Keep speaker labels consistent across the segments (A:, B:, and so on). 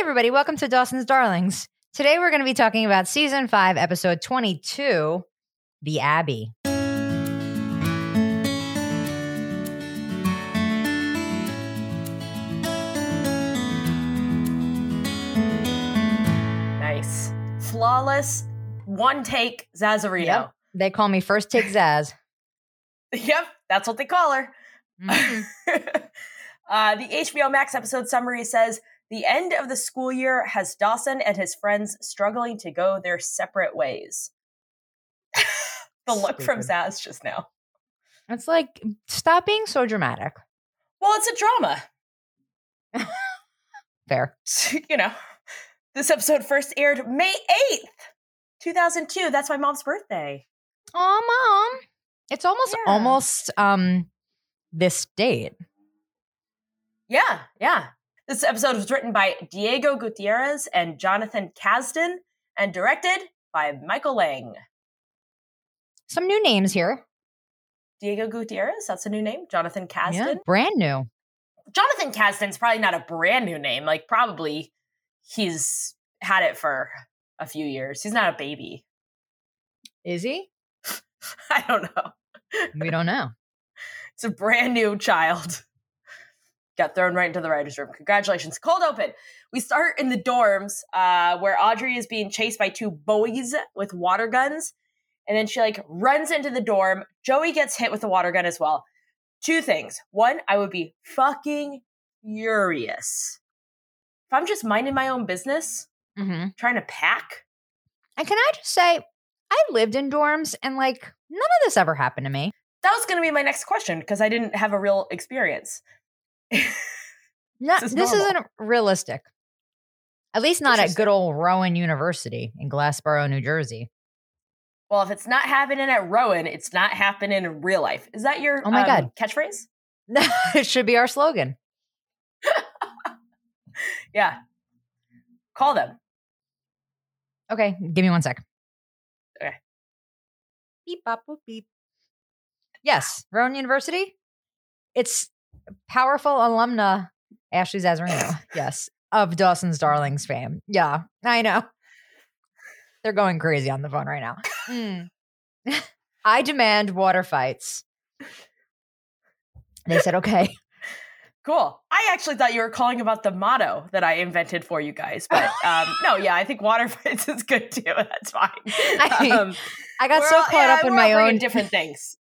A: everybody, welcome to Dawson's Darlings. Today we're going to be talking about season 5, episode 22, The Abbey.
B: Nice. Flawless one take Zazarino.
A: They call me First Take Zaz.
B: Yep. that's what they call her.
A: Mm-hmm.
B: uh, the HBO Max episode summary says The end of the school year has Dawson and his friends struggling to go their separate ways. the look from
A: Stupid.
B: Zaz just now.
A: It's like, stop being so dramatic.
B: Well, it's a drama.
A: Fair.
B: you know, this episode first aired May 8th, 2002. That's my mom's birthday.
A: Oh, mom. It's almost,
B: Yeah.
A: almost um this date.
B: Yeah, yeah. This episode was written by Diego Gutierrez and Jonathan Kasdan and directed by Michael Lang.
A: Some new names here.
B: Diego Gutierrez, that's a new name. Jonathan Kasdan.
A: Yeah, brand new.
B: Jonathan Kasdan's probably not a brand new name. Like, probably he's had it for a few years. He's not a baby.
A: Is he?
B: I don't know.
A: We don't know.
B: It's a brand new child. Got thrown right into the writer's room. Congratulations. Cold open. We start in the dorms uh, where Audrey is being chased by two boys with water guns. And then she like runs into the dorm. Joey gets hit with a water gun as well. Two things. One, I would be fucking furious. If I'm just minding my own business,
A: Mm-hmm.
B: trying to pack,
A: And can I just say, I lived in dorms and like none of this ever happened to me.
B: that was going to be my next question because I didn't have a real experience.
A: Not,
B: This
A: this
B: is normal.
A: isn't realistic. At least not at
B: Interesting.
A: good old Rowan University in Glassboro, New Jersey.
B: Well, if it's not happening at Rowan, it's not happening in real life. Is that your
A: Oh my
B: um,
A: God.
B: catchphrase?
A: it should be our slogan.
B: Yeah. Call them.
A: Okay, give me one sec.
B: Okay.
A: Beep, bop, boop, beep. Yes, Rowan University. It's powerful alumna Ashley Zazarino. yes, of Dawson's Darlings fame. Yeah, I know. They're going crazy on the phone right now. Mm. I demand water fights. They said, okay.
B: Cool. I actually thought you were calling about the motto that I invented for you guys, but um, no, yeah, I think water fights is good too. That's fine. Um,
A: I I got
B: we're
A: so
B: all-
A: caught
B: yeah,
A: up in
B: we're
A: my
B: all bringing
A: own
B: different things.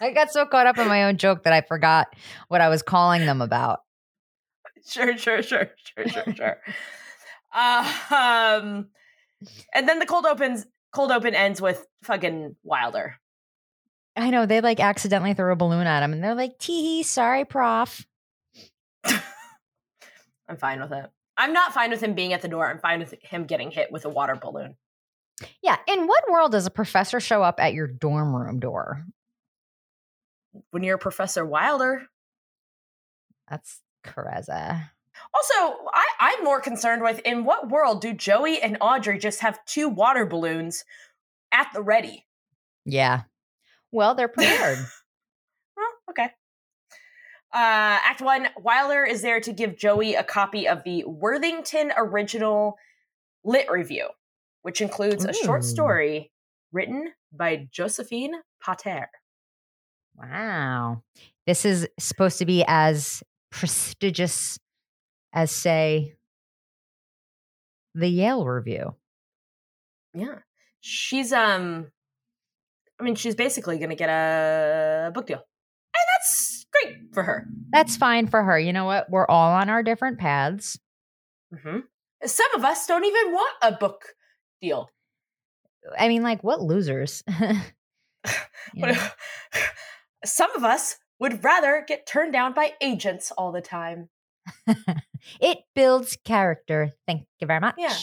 A: I got so caught up in my own joke that I forgot what I was calling them about.
B: Sure, sure, sure, sure, sure, sure. Uh, um, and then the cold opens. Cold open ends with fucking Wilder.
A: I know they like accidentally threw a balloon at him, and they're like, "Teehee, sorry, prof."
B: I'm fine with it. I'm not fine with him being at the door. I'm fine with him getting hit with a water balloon.
A: Yeah. In what world does a professor show up at your dorm room door?
B: When you're Professor Wilder.
A: That's Careza.
B: Also, I, I'm more concerned with in what world do Joey and Audrey just have two water balloons at the ready?
A: Yeah. Well, they're prepared.
B: Well, okay. Uh, act one Wilder is there to give Joey a copy of the Worthington Original Lit Review, which includes a short
A: Ooh.
B: story written by Josephine Pater.
A: wow. This is supposed to be as prestigious as, say, the Yale Review.
B: Yeah. She's um I mean she's basically going to get a book deal. And that's great for her.
A: That's fine for her. You know what? We're all on our different paths.
B: Mhm. Some of us don't even want a book deal.
A: I mean, like, what losers? You
B: What-
A: know?
B: Some of us would rather get turned down by agents all the time.
A: it builds character. Thank you very much.
B: Yeah.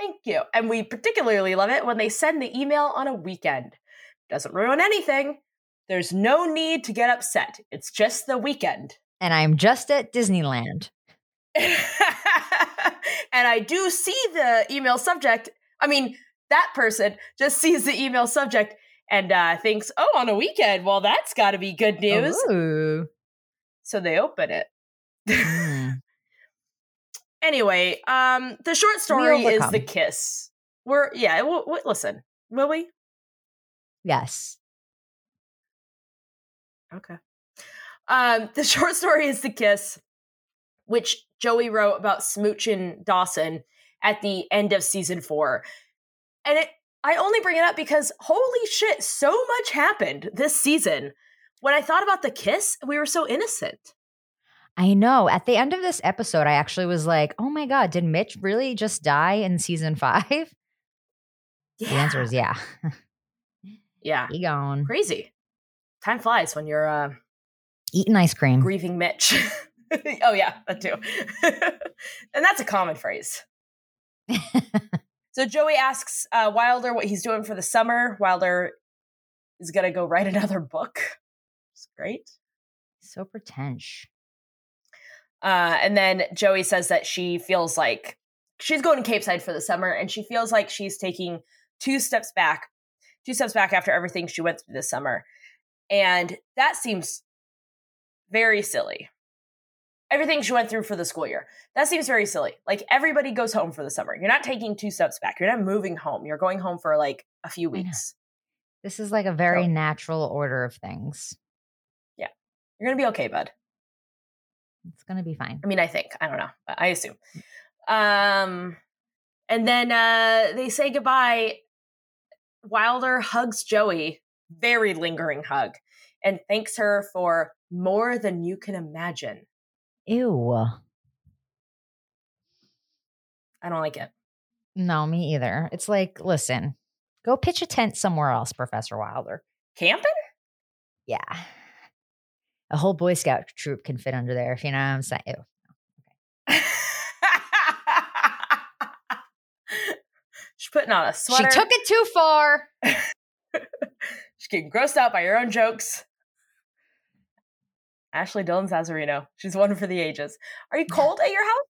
B: Thank you. And we particularly love it when they send the email on a weekend. Doesn't ruin anything. There's no need to get upset. It's just the weekend.
A: And I'm just at Disneyland.
B: and I do see the email subject. I mean, that person just sees the email subject and uh, thinks, oh, on a weekend, well, that's got to be good
A: Oh.
B: news.
A: Ooh.
B: So they open it.
A: Mm.
B: Anyway, um, the short story is
A: overcome.
B: the kiss. We're yeah. We'll, we listen, will we?
A: Yes.
B: Okay. Um, the short story is The Kiss, which Joey wrote about Smoochin' Dawson at the end of season four. And it I only bring it up because holy shit, so much happened this season. When I thought about the kiss, we were so innocent.
A: I know. At the end of this episode, I actually was like, oh my God, did Mitch really just die in season five? The answer is yeah.
B: Yeah.
A: He gone.
B: Crazy. Time flies when you're uh
A: Eating ice cream.
B: grieving Mitch. oh yeah, that too. and that's a common phrase. so Joey asks uh, Wilder what he's doing for the summer. Wilder is gonna go write another book. It's great.
A: so pretentious.
B: Uh, and then Joey says that she feels like she's going to Cape Side for the summer, and she feels like she's taking two steps back, two steps back after everything she went through this summer, and that seems very silly. Everything she went through for the school year. That seems very silly. Like everybody goes home for the summer. You're not taking two steps back. You're not moving home. You're going home for like a few
A: I know.
B: weeks.
A: This is like a very
B: So-
A: natural order of things.
B: You're gonna be okay, bud.
A: It's going to be fine.
B: I mean, I think. I don't know. but I assume.
A: Mm.
B: Um, and then uh, they say goodbye. Wilder hugs Joey, very lingering hug, and thanks her for more than you can imagine.
A: Ew.
B: I don't like it.
A: No, me either. It's like, listen, go pitch a tent somewhere else, Professor Wilder.
B: Camping?
A: Yeah. A whole Boy Scout troop can fit under there, if you know what I'm eh, saying. Ew.
B: She's putting on a
A: She
B: sweater.
A: took it too far.
B: She's getting grossed out by your own jokes. Ashley Dillon Zazarino. She's one for the ages. Are you cold at your house?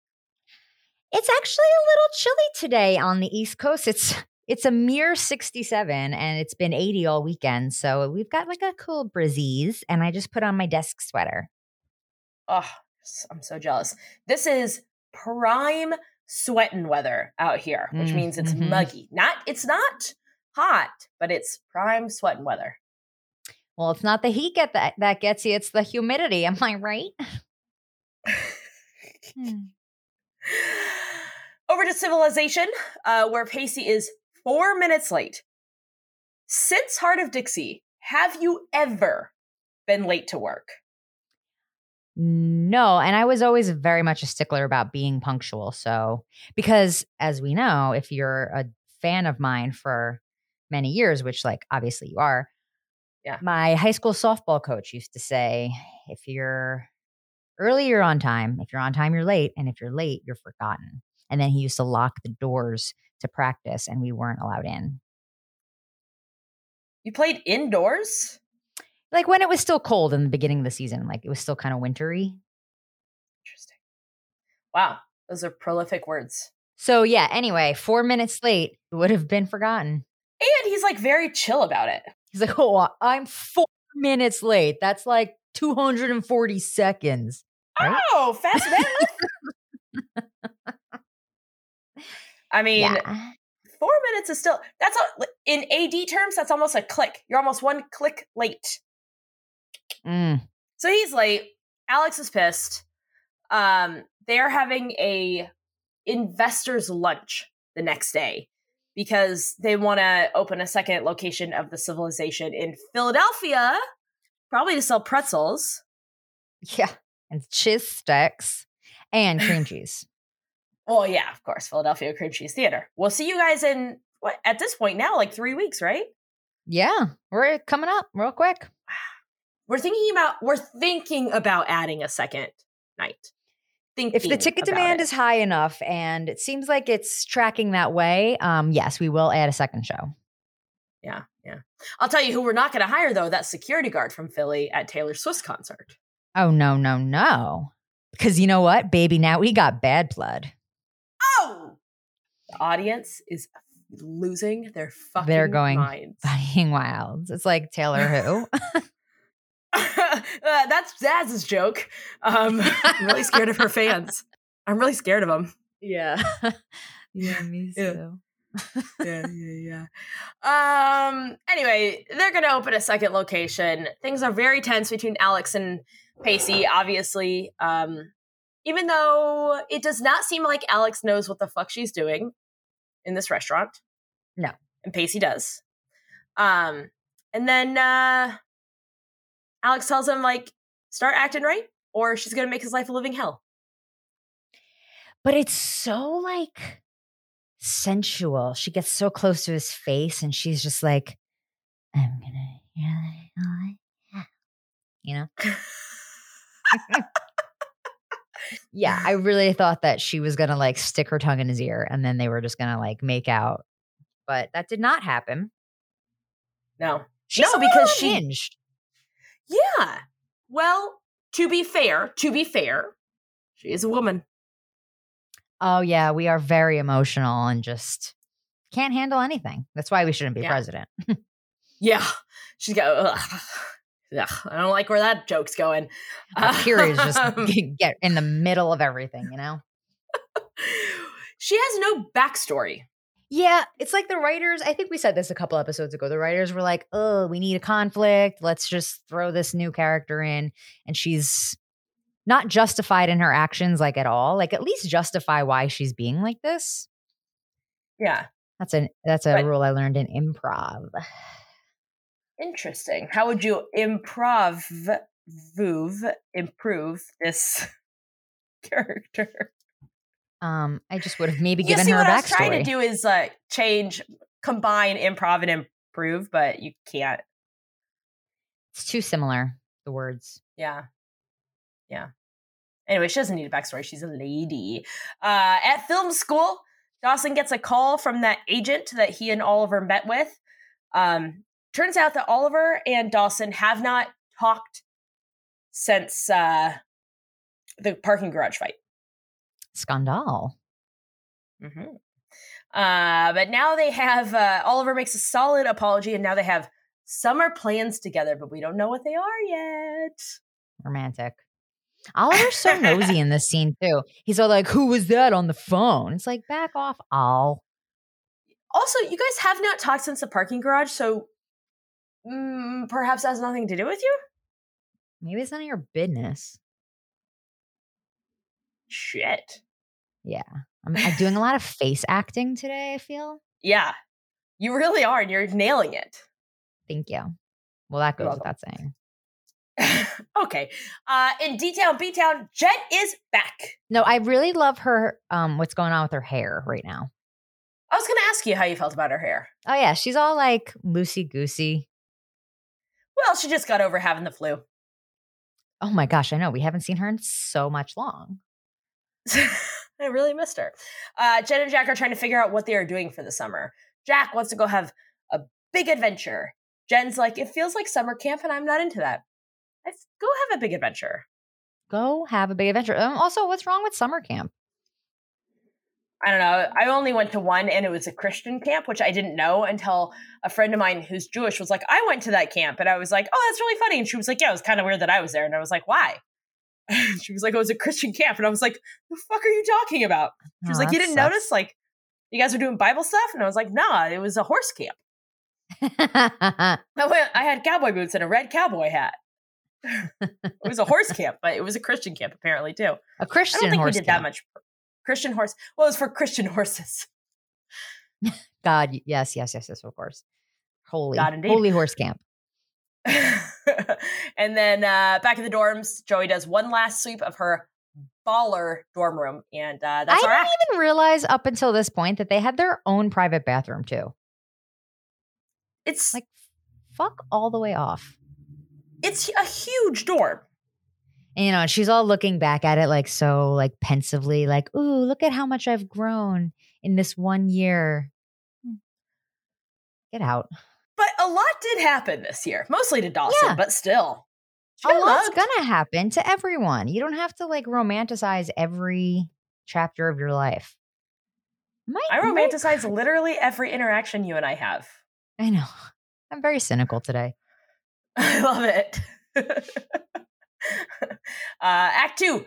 A: It's actually a little chilly today on the East Coast. It's it's a mere 67 and it's been 80 all weekend. So we've got like a cool breeze and I just put on my desk sweater.
B: Oh, s- I'm so jealous. This is prime sweating weather out here, which
A: Mm,
B: means it's
A: mhm.
B: muggy. Not it's not hot, but it's prime sweating weather.
A: Well, it's not the heat get that, that gets you, it's the humidity. Am I right? Hmm.
B: Over to civilization, uh, where Pacey is four minutes late. Since Heart of Dixie, have you ever been late to work?
A: No, and I was always very much a stickler about being punctual. So, because as we know, if you're a fan of mine for many years, which like obviously you are,
B: Yeah.
A: my high school softball coach used to say, if you're early, you're on time. If you're on time, you're late. And if you're late, you're forgotten. And then he used to lock the doors to practice, and we weren't allowed in.
B: You played indoors?
A: Like when it was still cold in the beginning of the season, like it was still kind of wintry.
B: Interesting. Wow, those are prolific words.
A: So, yeah, anyway, four minutes late would have been forgotten.
B: And he's like very chill about it.
A: He's like, oh, I'm four minutes late. That's like 240 seconds. Right?
B: Oh, fast man. I mean,
A: yeah.
B: four minutes is still that's a, in AD terms. That's almost a click. You're almost one click late.
A: Mm.
B: So he's late. Alex is pissed. Um, they are having a investors lunch the next day because they want to open a second location of the civilization in Philadelphia, probably to sell pretzels.
A: Yeah. And cheese sticks and cream cheese.
B: Well, yeah, of course, Philadelphia Cream Cheese Theater. We'll see you guys in what at this point now, like three weeks, right?
A: Yeah. We're coming up real quick.
B: We're thinking about we're thinking about adding a second night. Thinking
A: If the ticket
B: about
A: demand
B: it.
A: is high enough and it seems like it's tracking that way, um, yes, we will add a second show.
B: yeah, yeah. I'll tell you who we're not going to hire though. That security guard from Philly at Taylor Swift's concert.
A: Oh, no, no, no. Because you know what, baby? Now we got bad blood.
B: Oh, the audience is losing their fucking.
A: going-
B: minds.
A: Buying wilds. It's like Taylor who?
B: uh, that's Zaz's joke. Um, I'm really scared of her fans. I'm really scared of them.
A: Yeah. yeah, me
B: Yeah.
A: too.
B: yeah, yeah, yeah. Um. Anyway, they're gonna open a second location. Things are very tense between Alex and Pacey. Obviously, um, even though it does not seem like Alex knows what the fuck she's doing in this restaurant.
A: No.
B: and Pacey does. Um, and then uh, Alex tells him like, start acting right, or she's gonna make his life a living hell.
A: But it's so like sensual. She gets so close to his face and she's just like, I'm gonna really like you." you know? yeah, I really thought that she was gonna like stick her tongue in his ear and then they were just gonna like make out. But that did not happen.
B: No.
A: She's
B: No,
A: a little
B: because she-
A: unhinged.
B: Yeah. Well, to be fair, to be fair, she is a woman.
A: Oh yeah, we are very emotional and just can't handle anything. That's why we shouldn't be
B: Yeah.
A: president.
B: Yeah. She's got. Ugh. Ugh. I don't like where that joke's going.
A: Our periods
B: Um,
A: just get- get in the middle of everything, you know?
B: she has no backstory.
A: Yeah, it's like the writers. I think we said this a couple episodes ago. The writers were like, oh, we need a conflict. Let's just throw this new character in. And she's not justified in her actions, like at all. Like, at least justify why she's being like this.
B: Yeah.
A: That's an that's a
B: Right.
A: rule I learned in improv.
B: Interesting. How would you improv, vuv, improve this character?
A: Um, I just would have maybe
B: You
A: given
B: see,
A: her a
B: what I was
A: backstory.
B: trying to do is like change, combine improv and improve, but you can't.
A: It's too similar. The words.
B: Yeah. Yeah. Anyway, she doesn't need a backstory. She's a lady. Uh, at film school, Dawson gets a call from that agent that he and Oliver met with. Um, turns out that Oliver and Dawson have not talked since uh, the parking garage fight.
A: Scandal.
B: Mm-hmm. Uh, but now they have uh, Oliver makes a solid apology, and now they have summer plans together, but we don't know what they are yet.
A: Romantic. Oliver's so nosy in this scene too. He's all like, who was that on the phone? It's like back off, Al.
B: Also, you guys have not talked since the parking garage, so mm, perhaps that has nothing to do with you.
A: Maybe it's none of your business.
B: Shit.
A: I'm, I'm doing a lot of face acting today, I feel.
B: Yeah, you really are, and you're nailing it.
A: Thank you. Well, that
B: You're
A: goes without saying.
B: okay. Uh, in D Town, B Town, Jet is back.
A: No, I really love her, um, what's going on with her hair right now.
B: I was going to ask you how you felt about her hair.
A: Oh, yeah. She's all like loosey goosey.
B: Well, she just got over having the flu.
A: Oh my gosh, I know. We haven't seen her in so much long.
B: I really missed her. Uh, Jen and Jack are trying to figure out what they are doing for the summer. Jack wants to go have a big adventure. Jen's like, it feels like summer camp, and I'm not into that. Let's go have a big adventure.
A: Go have a big adventure. Um, also, what's wrong with summer camp?
B: I don't know. I only went to one and it was a Christian camp, which I didn't know until a friend of mine who's Jewish was like, I went to that camp. And I was like, oh, that's really funny. And she was like, yeah, it was kind of weird that I was there. And I was like, why? she was like, oh, it was a Christian camp. And I was like, the fuck are you talking about? She was
A: Oh,
B: like, you
A: that
B: didn't
A: sucks.
B: notice? Like, you guys were doing Bible stuff? And I was like, nah, it was a horse camp. I went, I had cowboy boots and a red cowboy hat. it was a horse camp, but it was a Christian camp apparently too.
A: a
B: I
A: Christian
B: don't think we
A: horse
B: did that
A: camp.
B: much. Christian horse. Well, it was for Christian horses.
A: God, y- yes, yes, yes, yes, of course. Holy,
B: God, indeed.
A: holy horse camp.
B: and then uh, back in the dorms, Joey does one last sweep of her baller dorm room, and uh, that's
A: I
B: our
A: didn't
B: act.
A: even realize up until this point that they had their own private bathroom too.
B: It's
A: Like, fuck all the way off.
B: it's a huge dorm.
A: And, you know, and she's all looking back at it like so, like pensively, like, ooh, look at how much I've grown in this one year. Hmm. Get out.
B: But a lot did happen this year, mostly to Dawson,
A: Yeah.
B: but still, she
A: A
B: got
A: lot's
B: mugged.
A: gonna happen to everyone. You don't have to like romanticize every chapter of your life. Am
B: I
A: am
B: romanticize literally every interaction you and I have.
A: I know. I'm very cynical today.
B: I love it. uh, act two.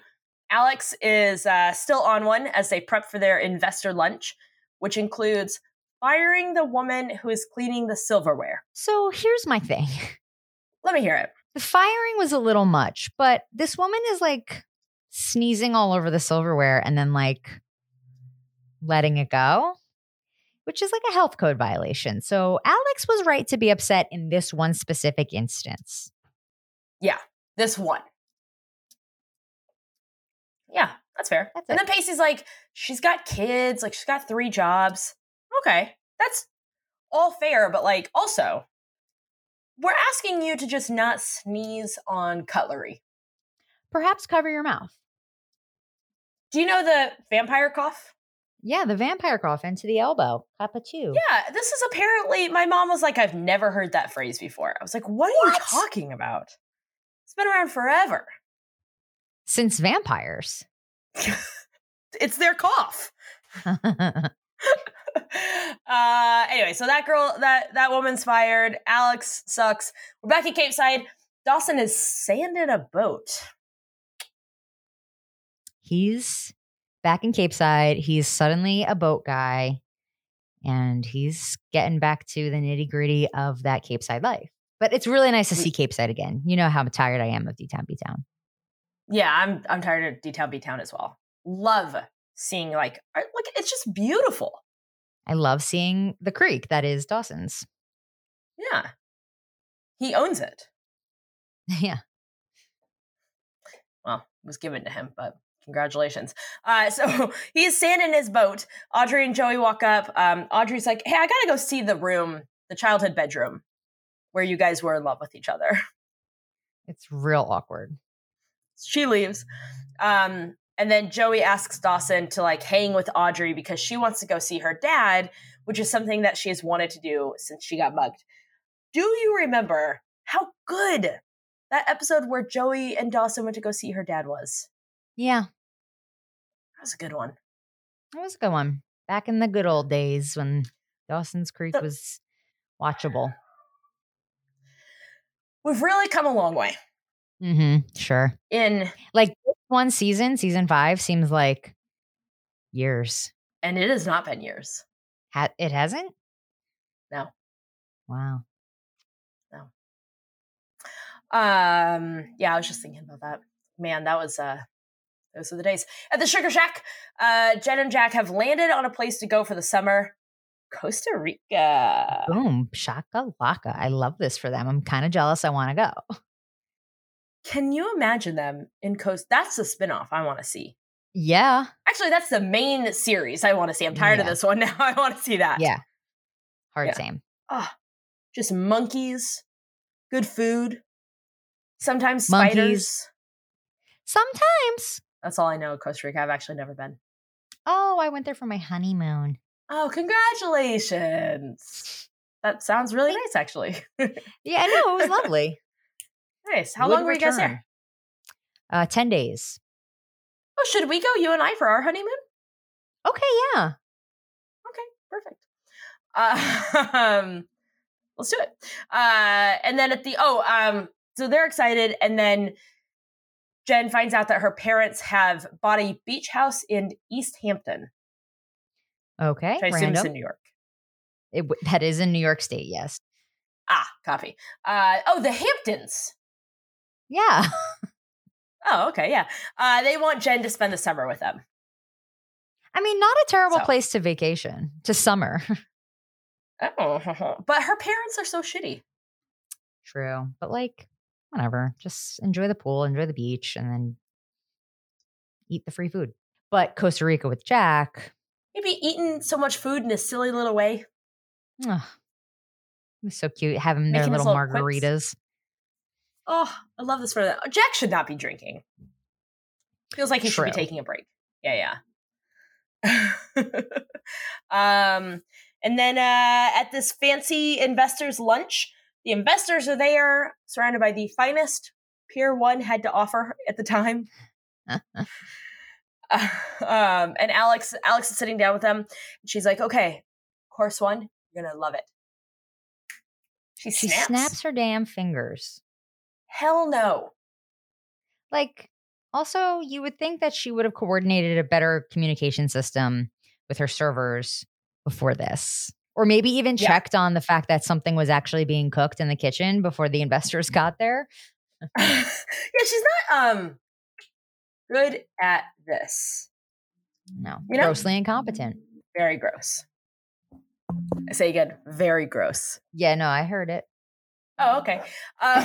B: Alex is uh, still on one as they prep for their investor lunch, which includes firing the woman who is cleaning the silverware.
A: So here's my thing.
B: Let me hear it.
A: The firing was a little much, but this woman is like sneezing all over the silverware and then like letting it go, which is like a health code violation. So Alex was right to be upset in this one specific instance.
B: This one. Yeah, that's fair.
A: That's
B: and then Pacey's like, she's got kids, like she's got three jobs. Okay, that's all fair, but like also, we're asking you to just not sneeze on cutlery.
A: Perhaps cover your mouth.
B: Do you know the vampire cough?
A: Yeah, the vampire cough into the elbow. Kappa two.
B: Yeah, this is apparently my mom was like, I've never heard that phrase before. I was like, what are
A: What?
B: you talking about? It's been around forever.
A: Since vampires.
B: It's their cough. uh anyway so that girl that that woman's fired alex sucks we're back at cape side dawson is sanding a boat
A: he's back in Cape Side. He's suddenly a boat guy and he's getting back to the nitty gritty of that Cape Side life. But it's really nice to see Cape Side again. You know how tired I am of D Town B Town.
B: yeah i'm i'm tired of d-town b-town as well love seeing like I- look it's just beautiful
A: I love seeing the creek that is Dawson's.
B: yeah he owns it
A: yeah.
B: well it was given to him but congratulations uh so he's sanding his boat audrey and joey walk up um audrey's like hey i gotta go see the room the childhood bedroom where you guys were in love with each other
A: It's real awkward.
B: she leaves. Um, and then Joey asks Dawson to like hang with Audrey because she wants to go see her dad, which is something that she has wanted to do since she got mugged. Do you remember how good that episode where Joey and Dawson went to go see her dad was?
A: Yeah.
B: That was a good one.
A: That was a good one. Back in the good old days when Dawson's Creek
B: The-
A: was watchable.
B: We've really come a long way
A: Mm-hmm. Sure.
B: in,
A: Like one season, season five, seems like years.
B: and it has not been years.
A: Ha- it hasn't?
B: No.
A: Wow.
B: Um, yeah, I was just thinking about that. Man, that was uh those were the days. At the Sugar Shack, uh Jen and Jack have landed on a place to go for the summer. Costa Rica.
A: Boom. Shaka laka. I love this for them. I'm kind of jealous. I want to go.
B: Can you imagine them in Coast? That's the spinoff I want to see.
A: Yeah.
B: Actually, that's the main series I want to see. I'm tired of
A: Yeah.
B: this one now. I want to see that.
A: Yeah. Hard
B: Yeah.
A: same.
B: Just monkeys, good food, sometimes
A: Monkeys.
B: spiders.
A: Sometimes.
B: That's all I know of Costa Rica. I've actually never been.
A: Oh, I went there for my honeymoon.
B: Oh, congratulations. That sounds really nice, actually.
A: Yeah, I know. It was lovely.
B: nice. How
A: Would
B: long were you guys
A: return.
B: there?
A: Uh, 10 days.
B: Oh, should we go, you and I, for our honeymoon?
A: Okay. Yeah.
B: Perfect. Uh, um, let's do it. Uh, and then at the, oh, um, so they're excited. And then Jen finds out that her parents have bought a beach house in East Hampton,
A: Okay.
B: which I assume is in
A: Random.
B: New York.
A: It w- that is in New York State. Yes.
B: Ah, copy. Uh, oh, the Hamptons.
A: Yeah.
B: Oh, okay. Yeah. Uh, they want Jen to spend the summer with them.
A: I mean, not a terrible
B: So-
A: place to vacation, to summer.
B: Oh, but her parents are so shitty.
A: True. But like, whatever. Just enjoy the pool, enjoy the beach, and then eat the free food. But Costa Rica with Jack,
B: Maybe eating so much food in a silly little way.
A: ugh, it was so cute. Having their
B: Making his
A: little
B: little quips.
A: margaritas.
B: Oh, I love this for that. Jack should not be drinking. Feels like he should be
A: True.
B: taking a break. Yeah, yeah. um, and then uh, at this fancy investors lunch, the investors are there, surrounded by the finest Pier One had to offer at the time. Uh, um, and Alex, Alex is sitting down with them. And she's like, "Okay, course one, you're gonna love it." She
A: she
B: snaps.
A: snaps her damn fingers.
B: Hell no.
A: Like, Also, you would think that she would have coordinated a better communication system with her servers before this. Or maybe even
B: Yeah.
A: checked on the fact that something was actually being cooked in the kitchen before the investors got there.
B: yeah, she's not um good at this.
A: No,
B: You know-
A: grossly incompetent.
B: Very gross. I say again, very gross.
A: Yeah, no, I heard it.
B: Oh, okay. Um,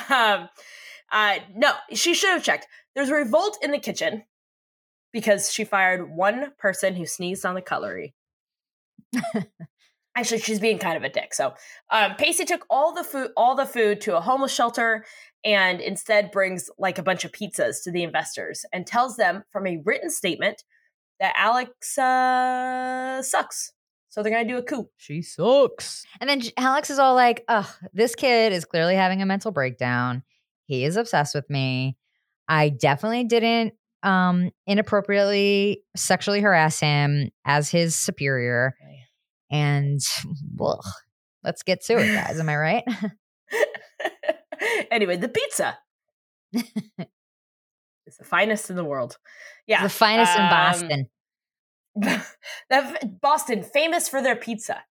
B: um, uh, no, she should have checked. There's a revolt in the kitchen because she fired one person who sneezed on the cutlery. Actually, she's being kind of a dick. So, um, Pacey took all the food, all the food to a homeless shelter, and instead brings like a bunch of pizzas to the investors and tells them from a written statement that Alex uh, sucks. So they're gonna do a coup.
A: She sucks. And then J- Alex is all like, ugh, this kid is clearly having a mental breakdown. He is obsessed with me. I definitely didn't um inappropriately sexually harass him as his superior. And well, let's get to it, guys. Am I right?
B: anyway, the pizza. it's the finest in the world. Yeah.
A: the finest in
B: um,
A: Boston.
B: the f- Boston, famous for their pizza.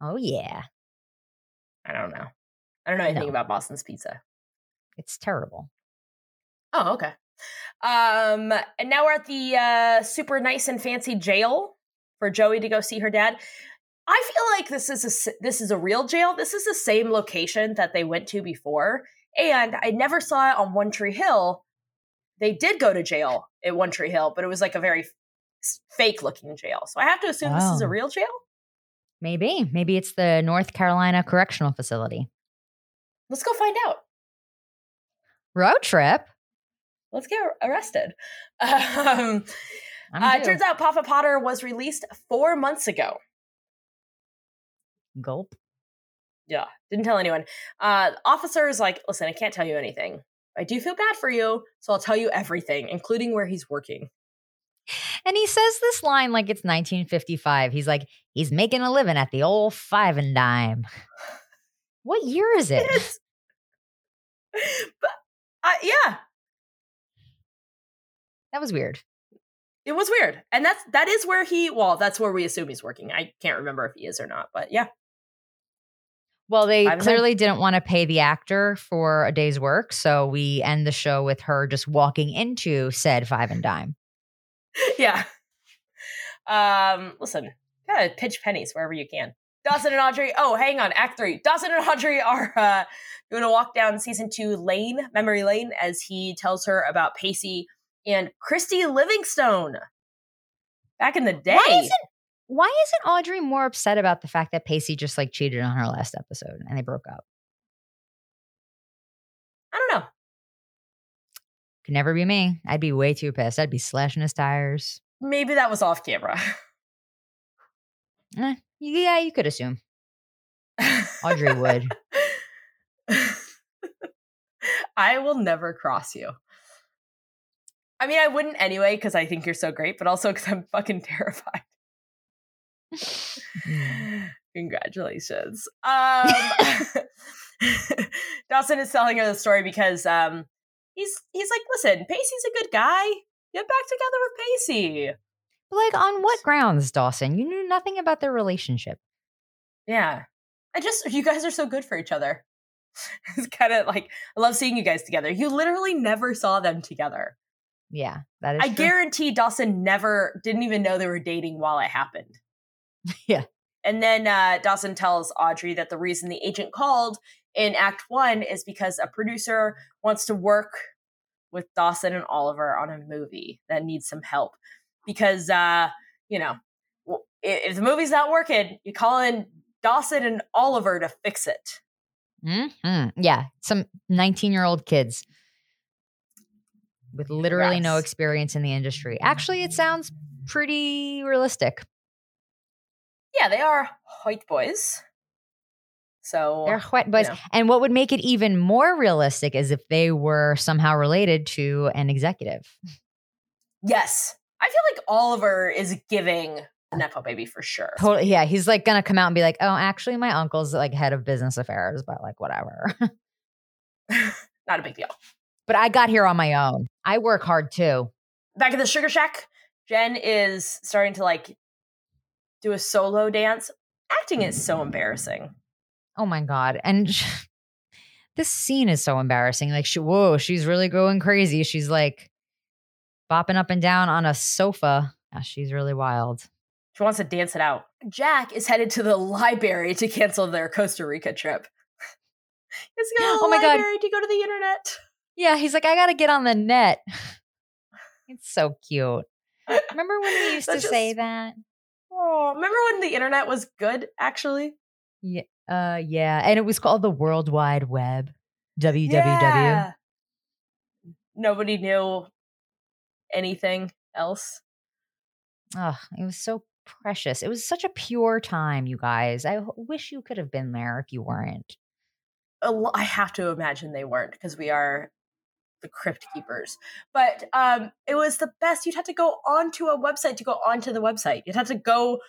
A: Oh yeah.
B: I don't know. I don't know anything
A: No.
B: about Boston's pizza.
A: It's terrible.
B: Oh, okay. Um, and now we're at the uh, super nice and fancy jail for Joey to go see her dad. I feel like this is a s- this is a real jail. This is the same location that they went to before, and I never saw it on One Tree Hill. They did go to jail at One Tree Hill, but it was like a very fake looking jail. So I have to assume this is a
A: Wow.
B: real jail.
A: Maybe. Maybe it's the North Carolina Correctional Facility.
B: Let's go find out.
A: Road trip.
B: Let's get arrested. Um,
A: I'm
B: uh,
A: due.
B: turns out Papa Potter was released four months ago.
A: Gulp.
B: yeah didn't tell anyone uh the officer is like listen i can't tell you anything i do feel bad for you so i'll tell you everything including where he's working
A: And he says this line like it's 1955. He's like, he's making a living at the old five and dime. What year is it?
B: Yes. but I yeah
A: That was weird.
B: it was weird and that's that is where he well that's where we assume he's working i can't remember if he is or not but yeah
A: Well, they
B: Five and
A: clearly didn't want to pay the actor for a day's work. So we end the show with her just walking into said five and dime.
B: yeah um listen gotta pitch pennies wherever you can dawson and audrey oh hang on act three dawson and audrey are uh going to walk down season two lane memory lane as he tells her about pacey and christy livingstone back in the day
A: Why isn't why isn't Audrey more upset about the fact that Pacey just like cheated on her last episode and they broke up?
B: i don't know
A: Could never be me. I'd be way too pissed. I'd be slashing his tires.
B: maybe that was off camera
A: Eh, yeah, you could assume. Audrey would.
B: I will never cross you. I mean, I wouldn't anyway because I think you're so great, but also because I'm fucking terrified.
A: Mm.
B: Congratulations. Um, Dawson is telling her the story because um, he's he's like, listen, Pacey's a good guy. Get back together with Pacey.
A: But, Like, on what grounds, Dawson? You knew nothing about their relationship.
B: Yeah. I just, you guys are so good for each other. It's kind of like, I love seeing you guys together. You literally never saw them together.
A: Yeah, that is.
B: I
A: true.
B: guarantee Dawson never didn't even know they were dating while it happened.
A: Yeah.
B: And then uh, Dawson tells Audrey that the reason the agent called in Act One is because a producer wants to work with Dawson and Oliver on a movie that needs some help. Because, uh, you know, w- i- if the movie's not working, you call in Dawson and Oliver to fix it.
A: Mhm. Yeah, some nineteen-year-old kids with literally no
B: Yes.
A: experience in the industry. Actually, it sounds pretty realistic.
B: Yeah, they are white boys. So
A: They're white boys,
B: yeah.
A: and what would make it even more realistic is if they were somehow related to an executive.
B: Yes. I feel like Oliver is giving a Nepo baby for sure.
A: Totally, yeah, he's like gonna come out and be like, "Oh, actually, my uncle's like head of business affairs, but like whatever."
B: Not a big deal.
A: But I got here on my own. I work hard too.
B: Back at the Sugar Shack, Jen is starting to like do a solo dance. Acting is so embarrassing.
A: Oh my god! And this scene is so embarrassing. Like, she, whoa, she's really going crazy. She's like bopping up and down on a sofa. Yeah, she's really wild.
B: She wants to dance it out. Jack is headed to the library to cancel their Costa Rica trip. He's going to the
A: Oh my God.
B: library to go to the internet.
A: Yeah, he's like, I gotta get on the net. It's so cute. Remember when we used to
B: That's just-
A: say that?
B: Oh, remember when the internet was good? Actually,
A: Uh, yeah, and it was called the World Wide Web. WWW.
B: Yeah. Nobody knew anything else.
A: Oh, it was so precious. It was such a pure time, you guys. I h- wish you could have been there if you weren't.
B: a lo- I have to imagine they weren't because we are the crypt keepers. But um, it was the best. You'd have to go onto a website to go onto the website. You'd have to go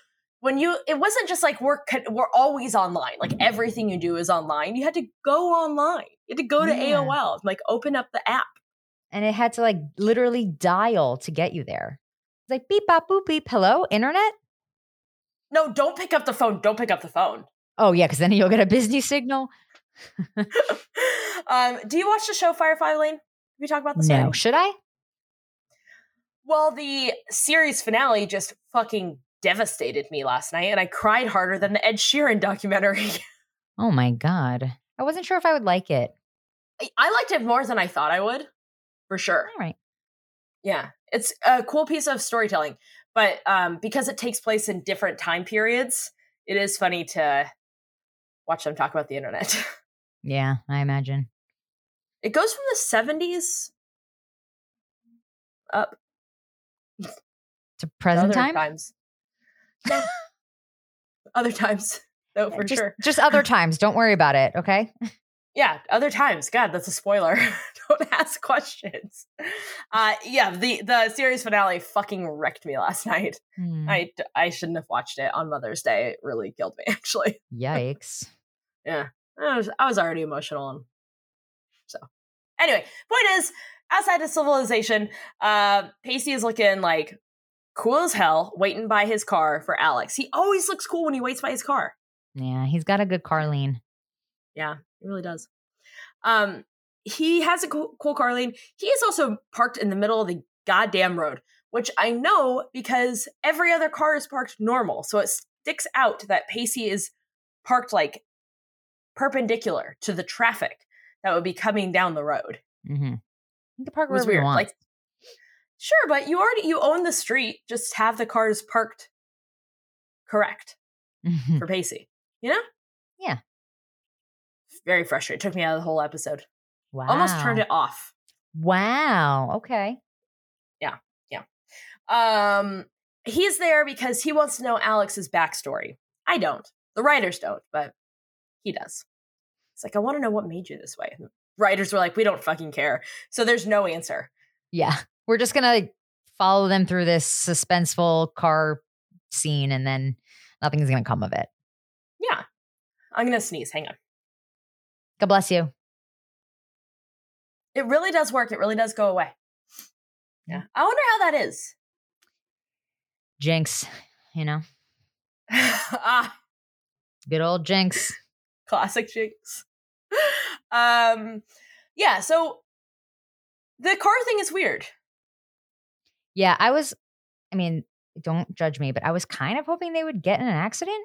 B: when you. It wasn't just like we're con- we're always online. Like everything you do is online. You had to go online. You had to go to
A: Yeah.
B: AOL and like open up the app.
A: And it had to like literally dial to get you there. It's like beep bop boop beep. Hello, internet?
B: No, don't pick up the phone. Don't pick up the phone.
A: Oh yeah, because then you'll get a busy signal.
B: um, do you watch the show Firefly Lane? Did we talk about this?
A: No,
B: already?
A: should I?
B: Well, the series finale just fucking devastated me last night, and I cried harder than the Ed Sheeran documentary.
A: Oh my god, I wasn't sure if I would like it.
B: I- I liked it more than I thought I would, for sure.
A: All right.
B: Yeah, it's a cool piece of storytelling, but um, because it takes place in different time periods, it is funny to watch them talk about the internet.
A: Yeah, I imagine.
B: It goes from the seventies
A: To present
B: other
A: time?
B: times, No. other times, no, for
A: just,
B: sure.
A: just other times. Don't worry about it. Okay.
B: yeah other times god that's a spoiler don't ask questions uh yeah the the series finale fucking wrecked me last night
A: Hmm,
B: i i shouldn't have watched it on mother's day it really killed me actually
A: Yikes.
B: i was, I was already emotional and so anyway point is outside of civilization uh pacey is looking like cool as hell waiting by his car for alex he always looks cool when he waits by his car
A: Yeah, he's got a good Carlene.
B: It really does. Um, he has a cool, cool car lane. He is also parked in the middle of the goddamn road, which I know because every other car is parked normal. So it sticks out that Pacey is parked like perpendicular to the traffic that would be coming down the road.
A: Mm-hmm. He can park
B: It was
A: wherever he
B: weird.
A: wants.
B: Like, sure, but you already you own the street. Just have the cars parked correct
A: Mhm.
B: for Pacey. You know?
A: Yeah.
B: Very frustrating. Took me out of the whole episode.
A: wow.
B: Almost turned it off.
A: Wow. Okay.
B: Um, he's there because he wants to know Alex's backstory. I don't. The writers don't, but he does. It's like, I want to know what made you this way. Writers were like, we don't fucking care. So there's no answer.
A: Yeah. We're just gonna follow them through this suspenseful car scene, and then nothing's gonna come of it.
B: Yeah. I'm going to sneeze. Hang on.
A: God bless you.
B: It really does work. It really does go away. Yeah. I wonder how that is.
A: Jinx. You know,
B: ah,
A: good old Jinx.
B: classic jinx. Um, yeah. So the car thing is weird.
A: Yeah, I was, I mean, don't judge me, but I was kind of hoping they would get in an accident.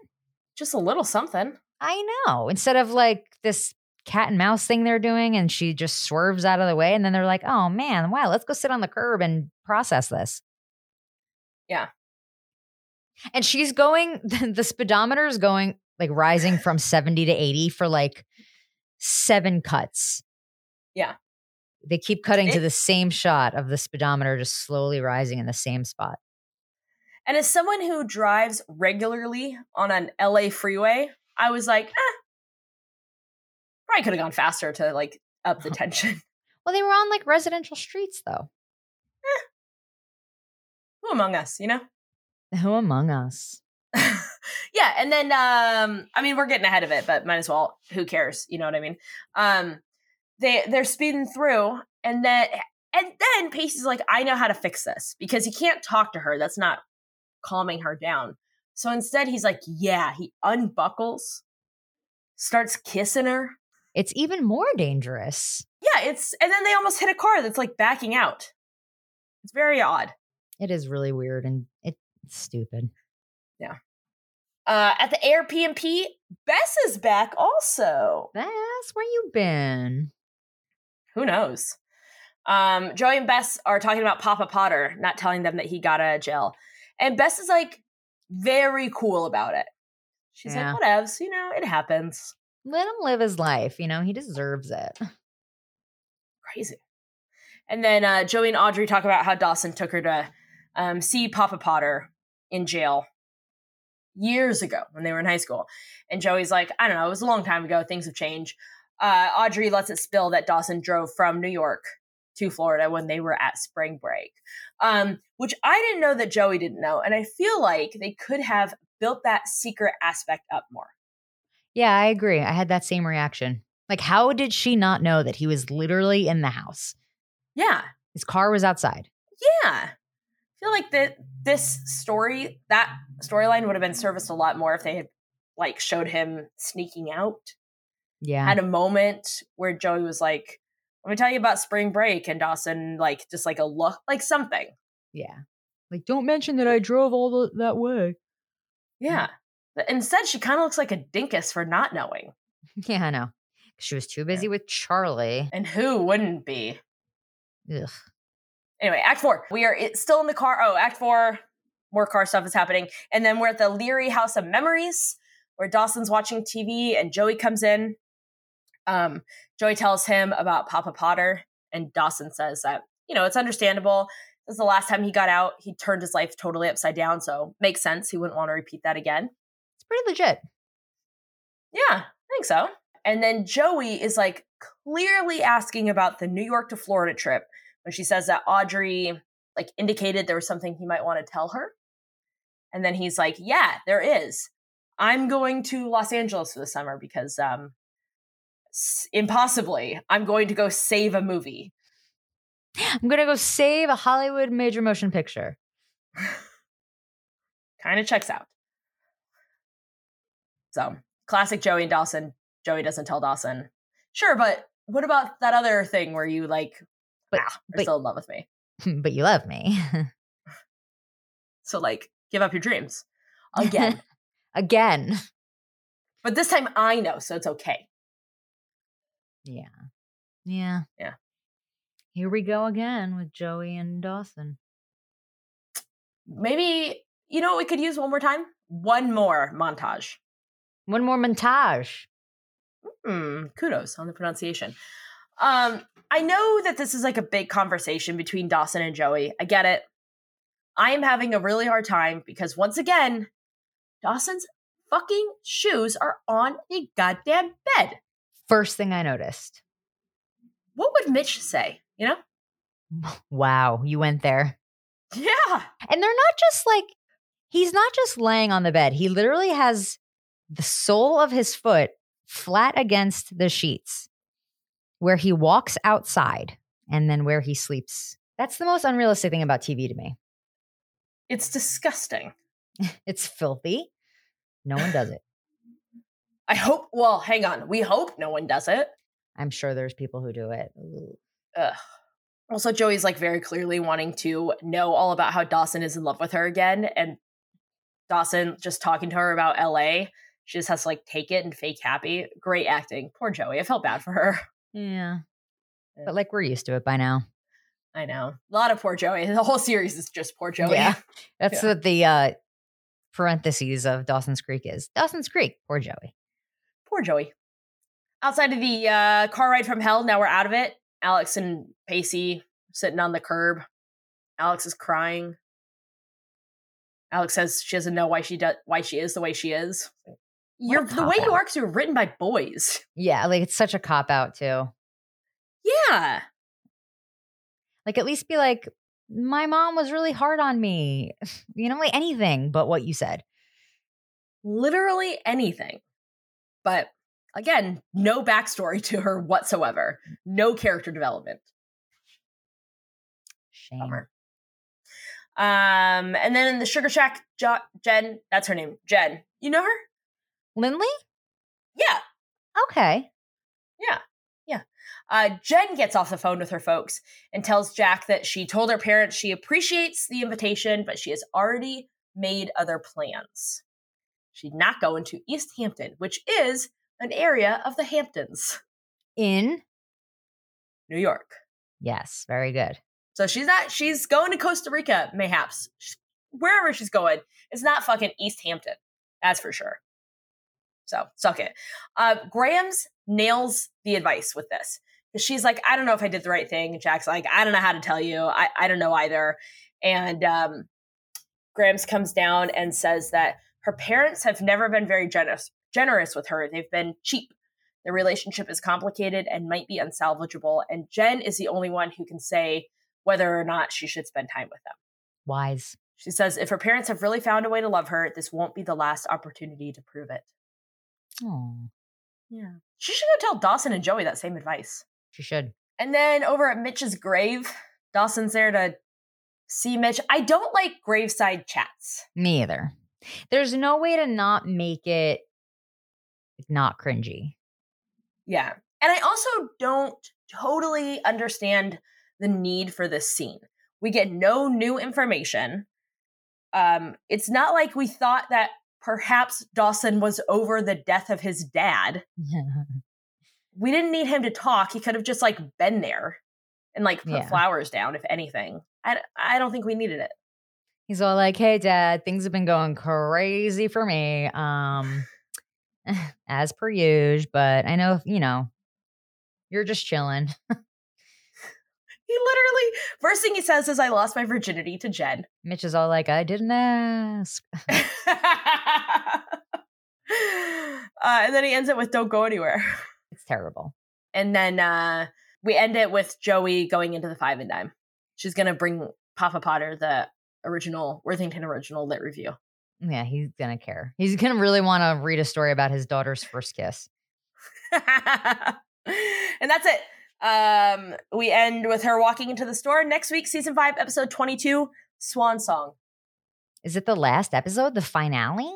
B: Just a little something.
A: I know. Instead of like this cat and mouse thing they're doing, and she just swerves out of the way. And then they're like, oh man, wow, let's go sit on the curb and process this.
B: Yeah.
A: And she's going, the speedometer is going like rising from 70 to 80 for like seven cuts.
B: Yeah.
A: They keep cutting to
B: It-
A: the same shot of the speedometer just slowly rising in the same spot.
B: And as someone who drives regularly on an LA freeway, I was like, eh, probably could have gone faster to like up the tension.
A: Well, they were on like residential streets, though.
B: who among us, you know?
A: Who among us?
B: yeah, and then um, I mean we're getting ahead of it, but might as well. Who cares? You know what I mean? Um, they they're speeding through, And then and then Pacey's like, I know how to fix this because he can't talk to her. That's not calming her down. So instead he's like, Yeah, he unbuckles, starts kissing her.
A: It's even more dangerous.
B: Yeah, it's and then they almost hit a car that's like backing out. It's very odd.
A: It is really weird and it's stupid.
B: Uh, at the AirPMP, Bess is back also.
A: That's where you been.
B: Who knows? Um, Joey and Bess are talking about Papa Potter not telling them that he got out of jail. And Bess is like very cool about it. She's
A: Yeah.
B: like, whatevs, you know, it happens.
A: Let him live his life. You know, he deserves it.
B: Crazy. And then uh, Joey and Audrey talk about how Dawson took her to um, see Papa Potter in jail years ago when they were in high school. And Joey's like, I don't know, it was a long time ago. Things have changed. Uh, Audrey lets it spill that Dawson drove from New York to Florida when they were at spring break, um, which I didn't know that Joey didn't know. And I feel like they could have built that secret aspect up more.
A: Yeah, I agree. I had that same reaction. Like, how did she not know that he was literally in the house?
B: Yeah.
A: His car was outside.
B: Yeah. I feel like that this story, that storyline would have been serviced a lot more if they had like showed him sneaking out.
A: Yeah.
B: Had a moment where Joey was like, Let me tell you about spring break and Dawson like just like a look like something.
A: yeah. Like, don't mention that I drove all the, that way.
B: Yeah. But instead she kind of looks like a dinkus for not knowing.
A: Yeah, I know. She was too busy with Charlie.
B: And who wouldn't be?
A: Ugh.
B: Anyway, Act Four. We are i- still in the car. Oh, Act Four. More car stuff is happening. And then we're at the Leary House of Memories, where Dawson's watching TV and Joey comes in. Um, Joey tells him about Papa Potter, and Dawson says that, you know, it's understandable. This is the last time he got out. He turned his life totally upside down. So makes sense. He wouldn't want to repeat that again.
A: It's pretty legit.
B: Yeah, I think so. And then Joey is like clearly asking about the New York to Florida trip when she says that Audrey like indicated there was something he might want to tell her. And then he's like, "Yeah, there is. I'm going to Los Angeles for the summer because um s- impossibly, I'm going to go save a movie."
A: I'm going to go save a Hollywood major motion picture.
B: Kind of checks out. So, classic Joey and Dawson. Joey doesn't tell Dawson. Sure, but what about that other thing where you like
A: But,
B: ah, you're
A: but-
B: still in love with me.
A: but you love me.
B: So like, give up your dreams again.
A: Again.
B: but this time I know, so it's okay.
A: Yeah. Yeah.
B: Yeah.
A: Here we go again with Joey and Dawson.
B: Maybe you know what we could use one more time. One more montage.
A: One more montage.
B: Hmm, kudos on the pronunciation. Um, I know that this is like a big conversation between Dawson and Joey. I get it. I am having a really hard time because once again, Dawson's fucking shoes are on a goddamn bed.
A: First thing I noticed.
B: What would Mitch say? You know?
A: Wow, you went there.
B: Yeah.
A: And they're not just like, he's not just laying on the bed. He literally has the sole of his foot flat against the sheets where he walks outside and then where he sleeps. That's the most unrealistic thing about TV to me.
B: It's disgusting.
A: It's filthy. No one does it.
B: I hope. Well, hang on. We hope no one does it.
A: I'm sure there's people who do it. Ooh.
B: Ugh. Also, Joey's like very clearly wanting to know all about how Dawson is in love with her again, and Dawson just talking to her about LA. She just has to like take it and fake happy. Great acting. Poor Joey. I felt bad for her.
A: Yeah. But like we're used to it by now.
B: I know. A lot of poor Joey. The whole series is just poor Joey.
A: Yeah. That's
B: Yeah.
A: what the uh parentheses of Dawson's Creek is. Dawson's Creek, poor Joey.
B: poor Joey. Outside of the uh, car ride from hell, now we're out of it. Alex and Pacey sitting on the curb. Alex is crying. Alex says she doesn't know why she does why she is the way she is. You're
A: What a
B: the way you
A: cop-out.
B: are because you're written by boys.
A: Yeah, like it's such a cop out too.
B: Yeah,
A: Like at least be like, my mom was really hard on me. You know, like anything but what you said.
B: literally anything. But again, no backstory to her whatsoever. No character development.
A: Shame.
B: Bummer. Um, and then in the Sugar Shack, jo- Jen, that's her name, Jen. You know her?
A: Lindley?
B: Yeah.
A: Okay.
B: Uh, Jen gets off the phone with her folks and tells Jack that she told her parents she appreciates the invitation, but she has already made other plans. She's not going to East Hampton, which is an area of the Hamptons,
A: In?
B: New York.
A: Yes. Very good.
B: So she's not, she's going to Costa Rica, mayhaps. She's- wherever she's going, it's not fucking East Hampton. That's for sure. So suck it. Uh, Graham's nails the advice with this. 'Cause She's like, I don't know if I did the right thing. And Jack's like, I don't know how to tell you. I, I don't know either. And um, Graham's comes down and says that her parents have never been very generous generous with her. They've been cheap. Their relationship is complicated and might be unsalvageable. And Jen is the only one who can say whether or not she should spend time with them.
A: Wise.
B: She says, if her parents have really found a way to love her, this won't be the last opportunity to prove it.
A: Oh,
B: Yeah. She should go tell Dawson and Joey that same advice.
A: she should.
B: And then over at Mitch's grave, Dawson's there to see Mitch. I don't like graveside chats.
A: Me either. There's no way to not make it not cringy.
B: Yeah. And I also don't totally understand the need for this scene. We get no new information. Um, it's not like we thought that perhaps Dawson was over the death of his dad. we didn't need him to talk. He could have just like been there and like put
A: Yeah.
B: flowers down, if anything. I, d- I don't think we needed it.
A: He's all like, "Hey, Dad, things have been going crazy for me, um, as per usual. But I know, you know, you're just chilling.
B: He literally, first thing he says is, I lost my virginity to Jen.
A: Mitch is all like, "I didn't ask."
B: uh, Uh, and then he ends it with, Don't go anywhere.
A: It's terrible.
B: And then uh, we end it with Joey going into the five and dime. She's going to bring Papa Potter the original, Worthington original lit review.
A: Yeah, he's gonna care. He's gonna really want to read a story about his daughter's first kiss.
B: and that's it. Um, we end with her walking into the store. Next week, season five, episode 22, Swan Song
A: Is it the last episode? The finale?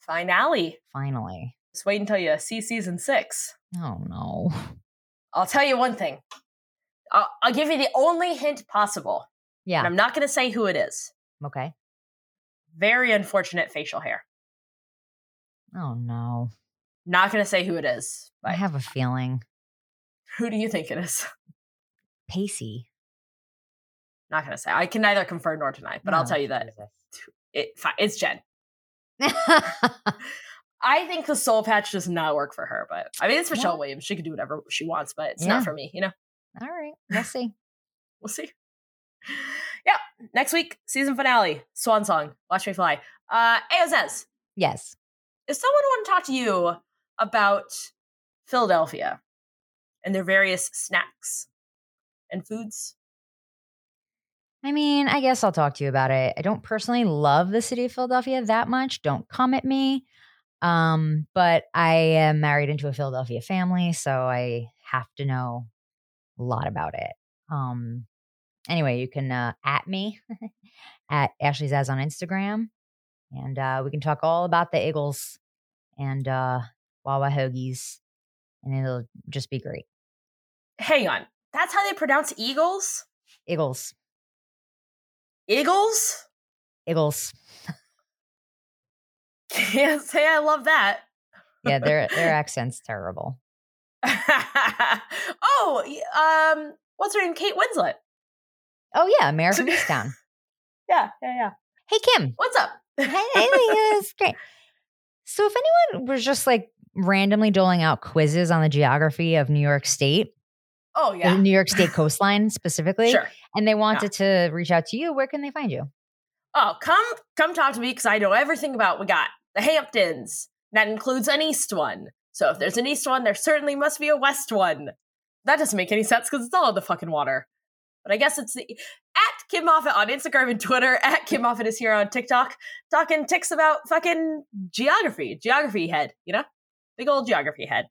B: finale.
A: Finally.
B: Just wait until you see season six.
A: Oh no.
B: I'll tell you one thing. I'll, I'll give you the only hint possible. And
A: Yeah.
B: I'm not going to say who it is.
A: Okay.
B: Very unfortunate facial hair.
A: Oh no.
B: Not going to say who it is.
A: I
B: But
A: have a feeling.
B: who do you think it is?
A: Pacey.
B: Not going to say. I can neither confirm nor deny, but I'll
A: Oh,
B: tell you that
A: Jesus.
B: it, fi- it's Jen. I think the soul patch does not work for her, but I mean, it's Michelle
A: Yeah.
B: Williams. She can do whatever she wants, but it's
A: Yeah.
B: not for me, you know?
A: All right. We'll see.
B: We'll see. Yeah. Next week, season finale, Swan Song, Watch Me Fly. Uh, AOSS,
A: Yes.
B: if someone wanted to talk to you about Philadelphia and their various snacks and foods,
A: I mean, I guess I'll talk to you about it. I don't personally love the city of Philadelphia that much. Don't come at me. Um, but I am married into a Philadelphia family, so I have to know a lot about it. Um, anyway, you can uh, at me at Ashley's as on Instagram, and uh, we can talk all about the Eagles and uh, Wawa hoagies, and it'll just be great.
B: hang on. That's how they pronounce eagles?
A: Eagles,
B: Eagles?
A: Eagles.
B: Can't say I love that.
A: Yeah, their their accent's terrible.
B: oh, y- um, what's her name? Kate Winslet.
A: Oh yeah, Mayor from Easttown.
B: Yeah, yeah, yeah.
A: Hey Kim.
B: What's up?
A: Hey, hey, it's great. So if anyone was just like randomly doling out quizzes on the geography of New York State,
B: oh
A: the
B: yeah,
A: New York State coastline specifically,
B: sure.
A: and they wanted to reach out to you, where can they find you?
B: Oh, come come talk to me because I know everything about we got the Hamptons. That includes an east one. So if there's an east one, there certainly must be a west one. That doesn't make any sense because it's all in the fucking water. But I guess it's the at Kim Moffat on Instagram and Twitter. At Kim Moffat is here on TikTok talking ticks about fucking geography, geography head. You know, big old geography head.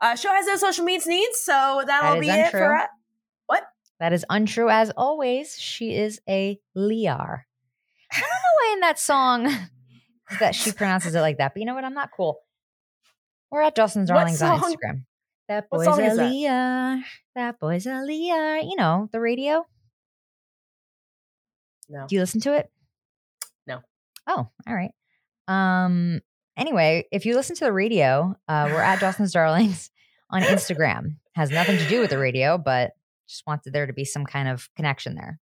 B: Uh, show has no social media needs, so that'll
A: is
B: be it
A: untrue.
B: for us.
A: That is untrue as always. She is a Liar. I don't know why in that song that she pronounces it like that, but you know what? I'm not cool. We're at Justin
B: What
A: Darling's on
B: song-
A: Instagram. That
B: what
A: boy's
B: song
A: a
B: is that?
A: Liar. That boy's a Liar. You know, the radio.
B: No.
A: Do you listen to it?
B: No.
A: Oh, all right. Um. Anyway, if you listen to the radio, uh, we're at Dawson's Darlings on Instagram. Has nothing to do with the radio, but just wanted there to be some kind of connection there.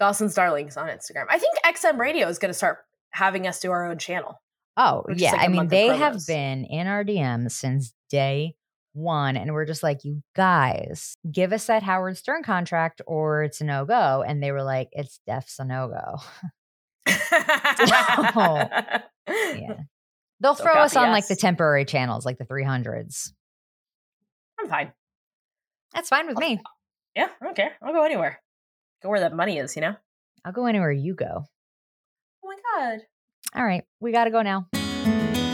B: Dawson's Darlings on Instagram. I think XM Radio is going to start having us do our own channel.
A: Oh
B: We're just,
A: yeah,
B: like,
A: I
B: a
A: mean
B: month of
A: they have
B: promos.
A: been in our DMs since day one, and we're just like, you guys, give us that Howard Stern contract, or it's a no go. And they were like, it's def's a no go. Yeah. They'll
B: So
A: throw us
B: copy
A: on like the
B: us.
A: temporary channels, like the three hundreds.
B: I'm fine.
A: That's fine with me.
B: Yeah, I don't care. I'll go anywhere. Go where that money is, you know?
A: I'll go anywhere you go.
B: Oh my God.
A: All right, we got to go now.